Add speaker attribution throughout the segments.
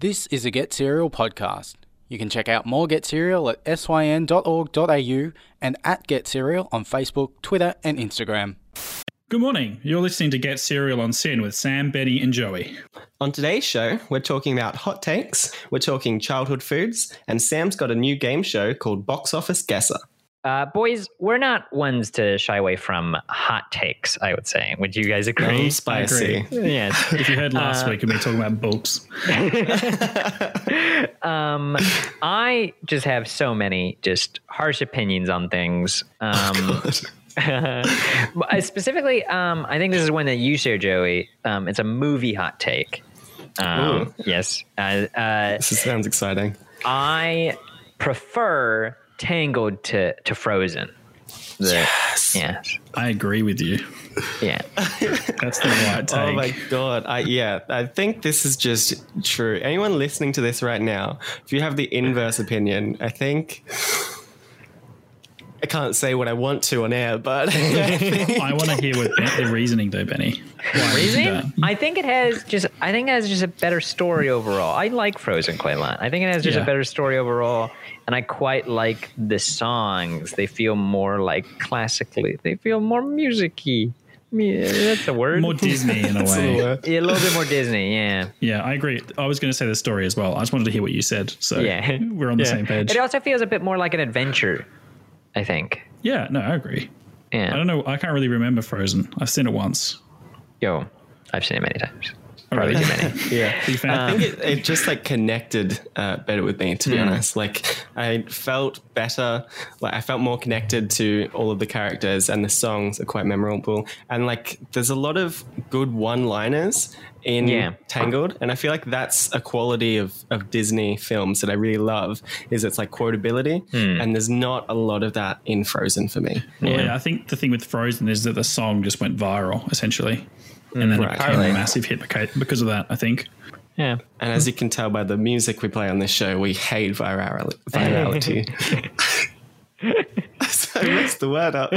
Speaker 1: This is a Get Serial podcast. You can check out more Get Serial at syn.org.au and at Get Serial on Facebook, Twitter, and Instagram.
Speaker 2: Good morning. You're listening to Get Serial on Sin with Sam, Benny, and Joey.
Speaker 3: On today's show, we're talking about hot takes, we're talking childhood foods, and Sam's got a new game show called Box Office Guesser.
Speaker 4: Uh, boys, we're not ones to shy away from hot takes, I would say. Would you guys agree?
Speaker 3: Um, spicy.
Speaker 4: Yes.
Speaker 2: If you heard last
Speaker 4: Uh,
Speaker 2: week of me talking about bulbs,
Speaker 4: um, I just have so many just harsh opinions on things. Um,
Speaker 3: God.
Speaker 4: but I specifically, um, I think this is one that you share, Joey. Um, it's a movie hot take. Um, yes. Uh, uh,
Speaker 3: This is- sounds exciting.
Speaker 4: I prefer Tangled to, to Frozen. The- Yes.
Speaker 2: I agree with you.
Speaker 4: Yeah.
Speaker 2: That's the right take.
Speaker 3: Oh my god! I, yeah, I think this is just true. Anyone listening to this right now, if you have the inverse opinion, I think I can't say what I want to on air, but
Speaker 2: I want to hear what Ben- the reasoning, though, Benny. Why would you do that?
Speaker 4: Frozen, I think it has just. I think it has just a better story overall. I like Frozen quite a lot. I think it has just
Speaker 2: Yeah.
Speaker 4: a better story overall, and I quite like the songs. They feel more like classically. They feel more musicy. Me- That's a word.
Speaker 2: More Disney in a
Speaker 3: That's the
Speaker 2: way.
Speaker 3: word.
Speaker 4: yeah, a little bit more Disney. Yeah.
Speaker 2: Yeah, I agree. I was going to say the story as well. I just wanted to hear what you said. So
Speaker 4: Yeah.
Speaker 2: we're on the
Speaker 4: Yeah.
Speaker 2: same page.
Speaker 4: It also feels a bit more like an adventure. I think.
Speaker 2: Yeah, no, I agree. I
Speaker 4: Yeah.
Speaker 2: don't know. I can't really remember Frozen. I've seen it once.
Speaker 4: Yo, I've seen it many times.
Speaker 2: Already.
Speaker 4: Too many. Uh,
Speaker 3: yeah.
Speaker 2: Big fan.
Speaker 3: I think it, it just like connected uh, better with me, to be honest. Like I felt better, like I felt more connected to all of the characters, and the songs are quite memorable. And like, there's a lot of good one-liners in
Speaker 4: Yeah.
Speaker 3: Tangled, and I feel like that's a quality of of Disney films that I really love. Is it's like quotability, and there's not a lot of that in Frozen for me.
Speaker 2: Well, yeah. I think the thing with Frozen is that the song just went viral, essentially.
Speaker 4: Mm,
Speaker 2: And then
Speaker 3: Right.
Speaker 2: it became a
Speaker 3: Right.
Speaker 2: massive hit beca- because of that, I think.
Speaker 4: Yeah.
Speaker 3: And as you can tell by the music we play on this show, we hate viral- virality. so I messed the word up.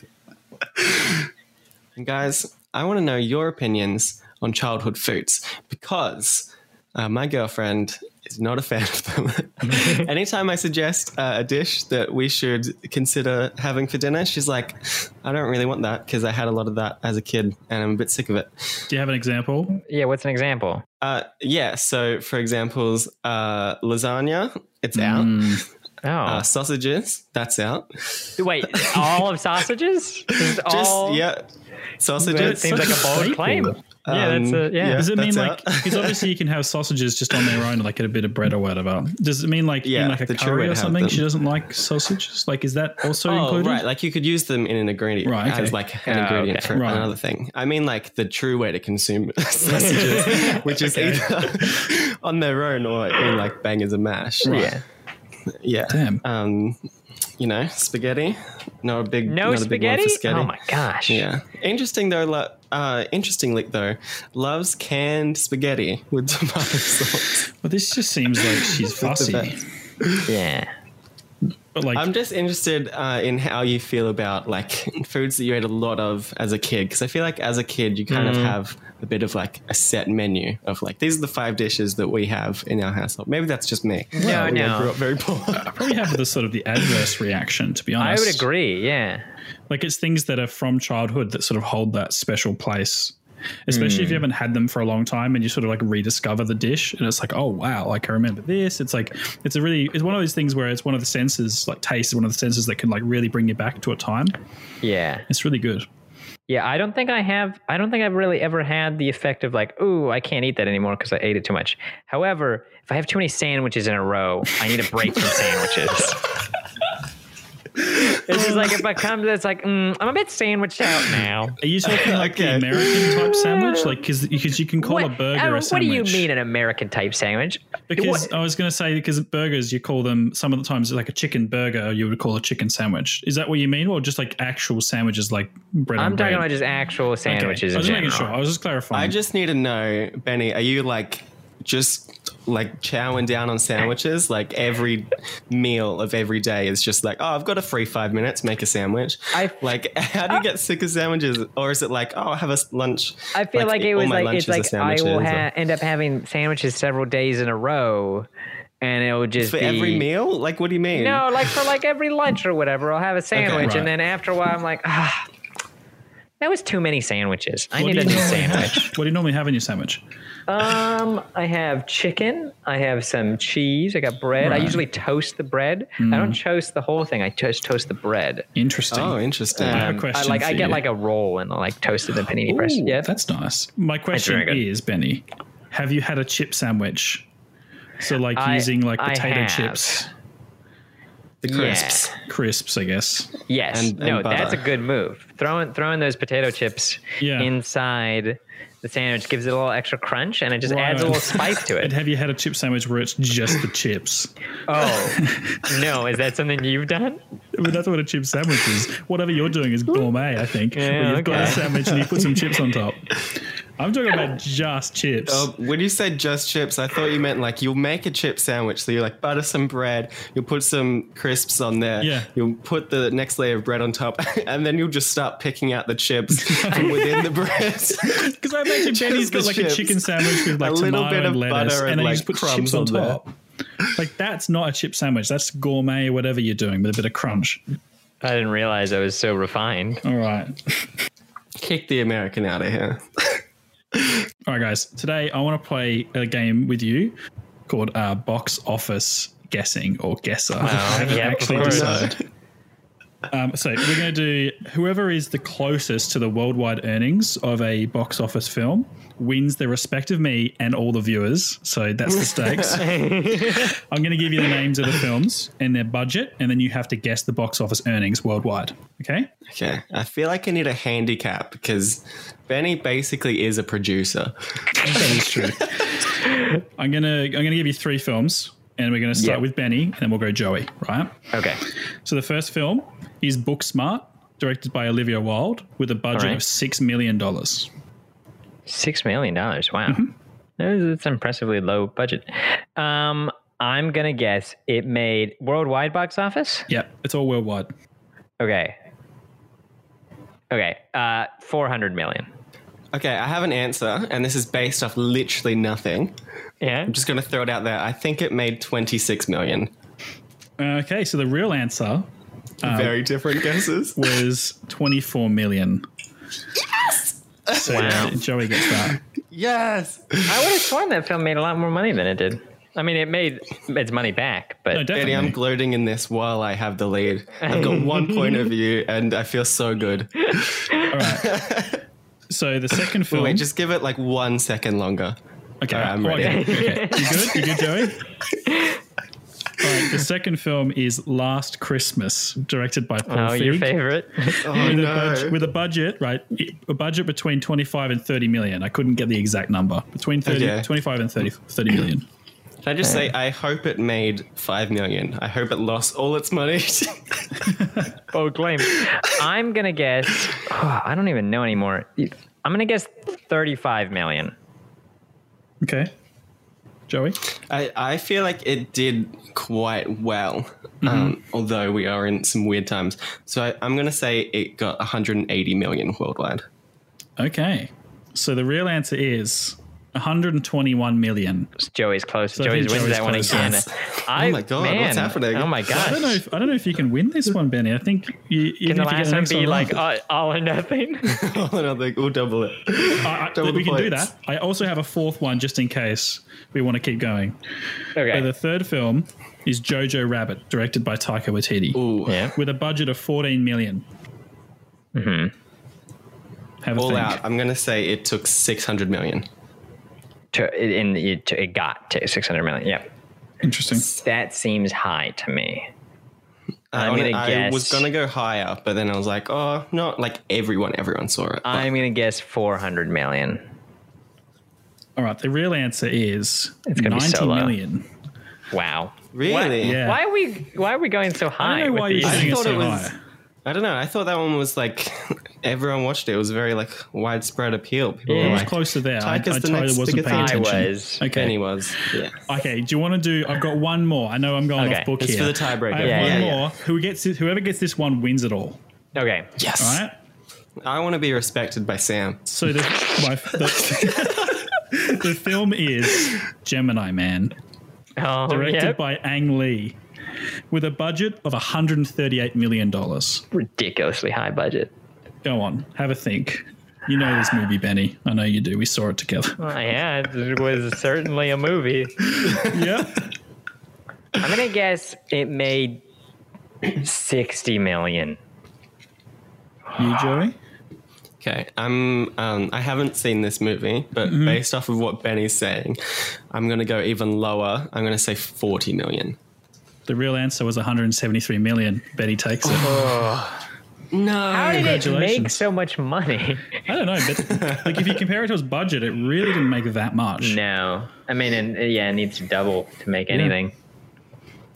Speaker 3: and guys, I want to know your opinions on childhood foods because uh, my girlfriend is not a fan of them. Anytime I suggest uh, a dish that we should consider having for dinner, she's like, I don't really want that because I had a lot of that as a kid and I'm a bit sick of it.
Speaker 2: Do you have an example?
Speaker 4: Yeah. What's an example?
Speaker 3: Uh, yeah. So, for examples, uh, lasagna, it's out.
Speaker 2: Mm.
Speaker 4: Oh,
Speaker 3: Uh, sausages, that's out.
Speaker 4: wait. All of sausages? Just,
Speaker 3: Just
Speaker 4: all.
Speaker 3: yeah,
Speaker 4: It
Speaker 3: sausages.
Speaker 4: seems like Oh. a bold
Speaker 2: staple.
Speaker 4: claim. yeah, that's a,
Speaker 3: Um,
Speaker 4: yeah.
Speaker 3: yeah.
Speaker 2: Does it mean
Speaker 3: that's
Speaker 2: like,
Speaker 3: out.
Speaker 2: because obviously you can have sausages just on their own, like at a bit of bread or whatever. Does it mean like
Speaker 3: Yeah,
Speaker 2: in like a
Speaker 3: the true way
Speaker 2: curry
Speaker 3: to
Speaker 2: or
Speaker 3: have
Speaker 2: something?
Speaker 3: them.
Speaker 2: She doesn't like sausages? Like, is that also
Speaker 3: Oh,
Speaker 2: included?
Speaker 3: right. Like you could use them in an ingredient
Speaker 2: Right, okay.
Speaker 3: as like an
Speaker 4: Oh,
Speaker 3: ingredient
Speaker 4: okay.
Speaker 3: for
Speaker 2: Right.
Speaker 3: another thing. I mean, like the true way to consume sausages, which is either on their own or in like bangers and mash.
Speaker 4: Yeah.
Speaker 3: Yeah.
Speaker 2: Damn.
Speaker 3: Um, you know, spaghetti. Not a big.
Speaker 4: No
Speaker 3: not A big
Speaker 4: spaghetti?
Speaker 3: one for spaghetti.
Speaker 4: Oh my gosh.
Speaker 3: Yeah. Interesting though. Lo- uh, interestingly though, loves canned spaghetti with tomato sauce.
Speaker 2: Well, this just seems like she's
Speaker 3: That's the
Speaker 2: fussy.
Speaker 3: best.
Speaker 4: Yeah.
Speaker 2: But like,
Speaker 3: I'm just interested uh, in how you feel about like foods that you ate a lot of as a kid, because I feel like as a kid you kind of have a bit of like a set menu of like these are the five dishes that we have in our household. Maybe that's just me.
Speaker 4: No,
Speaker 3: I
Speaker 4: no.
Speaker 3: grew up very poor.
Speaker 2: probably have the sort of the adverse reaction, to be
Speaker 4: I
Speaker 2: honest.
Speaker 4: would agree. Yeah.
Speaker 2: Like, it's things that are from childhood that sort of hold that special place. Especially if you haven't had them for a long time and you sort of like rediscover the dish and it's like, oh wow, like I remember this. It's like it's a really it's one of those things where it's one of the senses, like taste is one of the senses that can like really bring you back to a time.
Speaker 4: Yeah.
Speaker 2: It's really good.
Speaker 4: Yeah. I don't think I have, I don't think I've really ever had the effect of like, ooh, I can't eat that anymore because I ate it too much. However, if I have too many sandwiches in a row, I need a break from sandwiches. It's just like it becomes. It's like mm, I'm a bit sandwiched out now.
Speaker 2: Are you talking like the
Speaker 3: Okay.
Speaker 2: American type sandwich? Like, because you can call a burger
Speaker 4: Aaron,
Speaker 2: a
Speaker 4: what do
Speaker 2: sandwich.
Speaker 4: you mean an American type sandwich?
Speaker 2: Because
Speaker 4: What-
Speaker 2: I was going to say, because burgers, you call them some of the times like a chicken burger, you would call a chicken sandwich. Is that what you mean, or just like actual sandwiches like bread?
Speaker 4: I'm
Speaker 2: on
Speaker 4: talking
Speaker 2: bread?
Speaker 4: about just actual
Speaker 2: Okay. I
Speaker 4: sandwiches in
Speaker 2: was just making
Speaker 4: general.
Speaker 2: sure. I was just clarifying.
Speaker 3: I just need to know, Benny, are you like just like chowing down on sandwiches. Like every meal of every day is just like, oh, I've got a free five minutes, make a sandwich.
Speaker 4: I-
Speaker 3: like, how do you get sick of sandwiches? Or is it like, oh, have a s- lunch?
Speaker 4: I feel like, it
Speaker 3: all
Speaker 4: was
Speaker 3: oh, my
Speaker 4: like
Speaker 3: lunches
Speaker 4: it's
Speaker 3: are
Speaker 4: like I will
Speaker 3: sandwiches, or-
Speaker 4: ha- end up having sandwiches several days in a row, and it will just
Speaker 3: for
Speaker 4: be
Speaker 3: every meal. Like, what do you mean?
Speaker 4: No, like for like every lunch or whatever, I'll have a sandwich,
Speaker 2: Right.
Speaker 4: and then after a while, I'm like, ah, that was too many sandwiches. I
Speaker 2: What
Speaker 4: need
Speaker 2: do
Speaker 4: a
Speaker 2: you
Speaker 4: new
Speaker 2: normally have-
Speaker 4: sandwich.
Speaker 2: What do you normally have in your sandwich?
Speaker 4: Um, I have chicken. I have some cheese. I got bread. I
Speaker 2: Right. Mm.
Speaker 4: usually toast the bread. I don't toast the whole thing. I just toast the bread.
Speaker 2: Interesting.
Speaker 3: Oh, interesting.
Speaker 2: I have a
Speaker 3: Um,
Speaker 4: I
Speaker 2: question.
Speaker 4: like I
Speaker 2: for
Speaker 4: get
Speaker 2: you.
Speaker 4: like a roll and like toasted and panini press.
Speaker 2: Ooh,
Speaker 4: Yeah,
Speaker 2: that's nice. My
Speaker 4: very
Speaker 2: question
Speaker 4: good.
Speaker 2: is, Benny, have you had a chip sandwich? So like
Speaker 4: I-
Speaker 2: using like
Speaker 4: I
Speaker 2: potato
Speaker 4: have.
Speaker 2: chips,
Speaker 3: the crisps.
Speaker 2: crisps, I guess.
Speaker 4: Yes.
Speaker 3: And-
Speaker 4: no,
Speaker 3: and butter.
Speaker 4: that's a good move. Throwing throwing those potato chips
Speaker 2: Yeah.
Speaker 4: inside the sandwich gives it a little extra crunch and it just adds a
Speaker 2: Right.
Speaker 4: little spice to
Speaker 2: And
Speaker 4: it.
Speaker 2: have you had a chip sandwich where it's just the chips?
Speaker 4: oh. No, is that something you've done?
Speaker 2: I mean, that's what a chip sandwich is. Whatever you're doing is gourmet, I think.
Speaker 4: Yeah,
Speaker 2: where you've got a
Speaker 4: okay.
Speaker 2: sandwich and you put some chips on top. I'm talking about just chips.
Speaker 3: Oh, when you said just chips, I thought you meant like you'll make a chip sandwich. So you like butter some bread, you'll put some crisps on there,
Speaker 2: Yeah.
Speaker 3: you'll put the next layer of bread on top, and then you'll just start picking out the chips from within the bread.
Speaker 2: Because I imagine
Speaker 3: Just
Speaker 2: Benny's got
Speaker 3: the
Speaker 2: like a
Speaker 3: chips.
Speaker 2: chicken sandwich with like
Speaker 3: A little
Speaker 2: tomato
Speaker 3: bit
Speaker 2: and
Speaker 3: of
Speaker 2: lettuce,
Speaker 3: butter
Speaker 2: and,
Speaker 3: and,
Speaker 2: then
Speaker 3: like,
Speaker 2: you just put
Speaker 3: crumbs
Speaker 2: chips on
Speaker 3: on there.
Speaker 2: top. Like that's not a chip sandwich. That's gourmet, whatever you're doing, with a bit of crunch.
Speaker 4: I didn't realize I was so refined.
Speaker 2: All right,
Speaker 3: Kick the American out of here.
Speaker 2: all right, guys. Today I want to play a game with you called uh, Box Office Guessing or Guesser. I haven't
Speaker 4: yeah, of
Speaker 2: actually
Speaker 4: course.
Speaker 2: decided. Um, so we're going to do whoever is the closest to the worldwide earnings of a box office film wins the respective me and all the viewers. So that's the stakes. I'm going to give you the names of the films and their budget, and then you have to guess the box office earnings worldwide. Okay.
Speaker 3: Okay, I feel like I need a handicap because Benny basically is a producer.
Speaker 2: That is true. I'm gonna I'm gonna give you three films, and we're gonna start
Speaker 4: Yeah.
Speaker 2: with Benny, and then we'll go Joey. Right.
Speaker 4: Okay.
Speaker 2: So the first film is Book Smart, directed by Olivia Wilde, with a budget
Speaker 4: All right.
Speaker 2: of six million dollars.
Speaker 4: Six million dollars. Wow.
Speaker 2: Mm-hmm.
Speaker 4: That is- That's impressively low budget. Um, I'm gonna guess it made worldwide box office.
Speaker 2: Yep, it's all worldwide.
Speaker 4: Okay. Okay. Uh, four hundred million.
Speaker 3: Okay, I have an answer, and this is based off literally nothing.
Speaker 4: Yeah.
Speaker 3: I'm just going to throw it out there. I think it made 26 million.
Speaker 2: Uh, Okay, so the real answer
Speaker 3: Very different guesses.
Speaker 2: was twenty four million. Yes. So
Speaker 4: Wow.
Speaker 2: Joey gets that.
Speaker 3: Yes!
Speaker 4: I would have sworn that film made a lot more money than it did. I mean, it made its money back, but
Speaker 2: No,
Speaker 3: Eddie,
Speaker 2: definitely.
Speaker 3: I'm gloating in this while I have the lead. I've got one point of view and I feel so good.
Speaker 2: all right. So the second film.
Speaker 3: Wait, just give it like one second longer.
Speaker 2: Okay,
Speaker 3: All right, I'm
Speaker 2: oh,
Speaker 3: ready.
Speaker 2: okay, okay. You good? You good, Joey? All right, the second film is Last Christmas, directed by Paul
Speaker 4: oh, your
Speaker 2: Feig,
Speaker 4: favorite.
Speaker 3: Oh,
Speaker 2: With, a budget, with a budget, right? A budget between 25 and 30 million. I couldn't get the exact number. Between 30,
Speaker 3: Okay.
Speaker 2: 25 and 30, 30 million.
Speaker 3: Can I just say, I hope it made 5 million. I hope it lost all its money.
Speaker 4: oh, claim. I'm gonna guess. oh, I don't even know anymore. I'm gonna guess thirty-five million.
Speaker 2: Okay. Joey?
Speaker 3: I, I feel like it did quite well,
Speaker 2: Mm-hmm.
Speaker 3: um, although we are in some weird times. So I, I'm going to say it got 180 million worldwide.
Speaker 2: Okay. So the real answer is 121 million.
Speaker 4: Joey's close.
Speaker 2: I
Speaker 4: Joey's
Speaker 2: think
Speaker 4: wins
Speaker 2: Joey's
Speaker 4: that one
Speaker 2: close.
Speaker 4: again.
Speaker 2: Yes.
Speaker 4: I,
Speaker 3: Oh my God,
Speaker 4: man,
Speaker 3: what's happening?
Speaker 4: Oh my gosh.
Speaker 2: I don't know if I don't know if you can win this one, Benny. I think you,
Speaker 4: Can
Speaker 2: even
Speaker 4: the
Speaker 2: if you get
Speaker 4: last
Speaker 2: the
Speaker 4: one
Speaker 2: next
Speaker 4: be like
Speaker 2: right.
Speaker 4: uh, all or nothing?
Speaker 3: Another, we'll double it.
Speaker 2: I, I,
Speaker 3: Double
Speaker 2: we
Speaker 3: the
Speaker 2: can do
Speaker 3: points.
Speaker 2: that. I also have a fourth one just in case we want to keep going. So
Speaker 4: okay.
Speaker 2: the third film is Jojo Rabbit, directed by Taika Waititi,
Speaker 3: Ooh,
Speaker 4: Yeah.
Speaker 2: with a budget of 14 million. Have a
Speaker 3: All
Speaker 2: think.
Speaker 3: out. I'm going to say it took 600 million.
Speaker 4: To, in, it, to, it got to 600 million. Yeah.
Speaker 2: Interesting.
Speaker 4: That seems high to me.
Speaker 3: I
Speaker 4: I'm
Speaker 3: wanna-
Speaker 4: going to
Speaker 3: I
Speaker 4: guess.
Speaker 3: was gonna go higher, but then I was like, oh, not like everyone, everyone saw it.
Speaker 4: I'm going to guess 400 million.
Speaker 2: All right, the real answer is
Speaker 4: gonna be
Speaker 2: 90
Speaker 4: so low.
Speaker 2: million.
Speaker 4: Wow.
Speaker 3: Really?
Speaker 2: Yeah.
Speaker 4: Why are we why are we going so high?
Speaker 2: I don't know
Speaker 4: with
Speaker 2: why you're
Speaker 4: these?
Speaker 2: setting it
Speaker 3: thought
Speaker 2: so
Speaker 3: it was-
Speaker 2: high.
Speaker 3: I don't know. I thought that one was like everyone watched it. It was very like widespread appeal. People
Speaker 4: Yeah.
Speaker 2: I
Speaker 3: were
Speaker 2: was
Speaker 3: like,
Speaker 2: close to there. I, I
Speaker 3: Tyke is the
Speaker 2: totally
Speaker 3: next
Speaker 2: wasn't
Speaker 3: bigger
Speaker 2: paying
Speaker 4: I
Speaker 3: thing.
Speaker 2: attention.
Speaker 4: was.
Speaker 2: Okay.
Speaker 3: Benny was. Yeah.
Speaker 2: Okay, do you want to do? I've got one more. I know I'm going
Speaker 4: Okay,
Speaker 2: off book
Speaker 3: it's
Speaker 2: here.
Speaker 3: for the tiebreaker.
Speaker 2: I have
Speaker 4: Yeah,
Speaker 2: one
Speaker 4: yeah,
Speaker 2: more.
Speaker 3: yeah.
Speaker 2: Who gets this, whoever gets this one wins it all.
Speaker 4: Okay.
Speaker 3: Yes.
Speaker 2: All right.
Speaker 3: I want to be respected by Sam.
Speaker 2: So the my, the, the film is Gemini Man,
Speaker 4: Oh,
Speaker 2: directed
Speaker 4: yep.
Speaker 2: by Ang Lee, with a budget of 138 million dollars.
Speaker 4: ridiculously high budget.
Speaker 2: Go on, have a think. You know this movie, Benny. I know you do. We saw it together.
Speaker 4: Oh, yeah, it was certainly a movie.
Speaker 2: yeah.
Speaker 4: I'm gonna guess it made sixty million.
Speaker 2: You, Joey?
Speaker 3: Okay, I'm. Um, I haven't seen this movie, but
Speaker 2: Mm-hmm.
Speaker 3: based off of what Benny's saying, I'm going to go even lower. I'm going to say 40 million.
Speaker 2: The real answer was 173 million. Betty takes it.
Speaker 3: No.
Speaker 4: How did it make
Speaker 2: Congratulations.
Speaker 4: so much money?
Speaker 2: I don't know, but like if you compare it to his budget, it really didn't make that much.
Speaker 4: no, I mean, and yeah, it needs to double to make anything.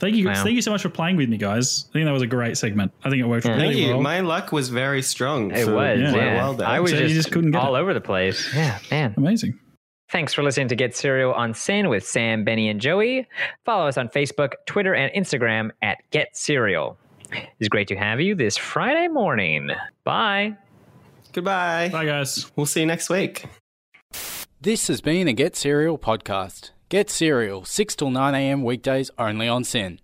Speaker 2: Thank you,
Speaker 4: Wow.
Speaker 2: thank you so much for playing with me, guys. I think that was a great segment. I think it worked really
Speaker 3: Thank you.
Speaker 2: well.
Speaker 3: My luck was very strong.
Speaker 4: It
Speaker 3: for
Speaker 4: was.
Speaker 2: yeah.
Speaker 4: Yeah,
Speaker 3: quite a while there.
Speaker 4: I was
Speaker 2: So you
Speaker 4: just,
Speaker 2: just couldn't get
Speaker 4: all
Speaker 2: it.
Speaker 4: over the place. Yeah, man.
Speaker 2: Amazing.
Speaker 4: Thanks for listening to Get Serial on Sin with Sam, Benny, and Joey. Follow us on Facebook, Twitter, and Instagram at Get Serial. It's great to have you this Friday morning. Bye.
Speaker 3: Goodbye.
Speaker 2: Bye, guys.
Speaker 3: We'll see you next week.
Speaker 1: This has been a Get Serial podcast. Get Serial, 6 till 9 a.m. weekdays only on Sin.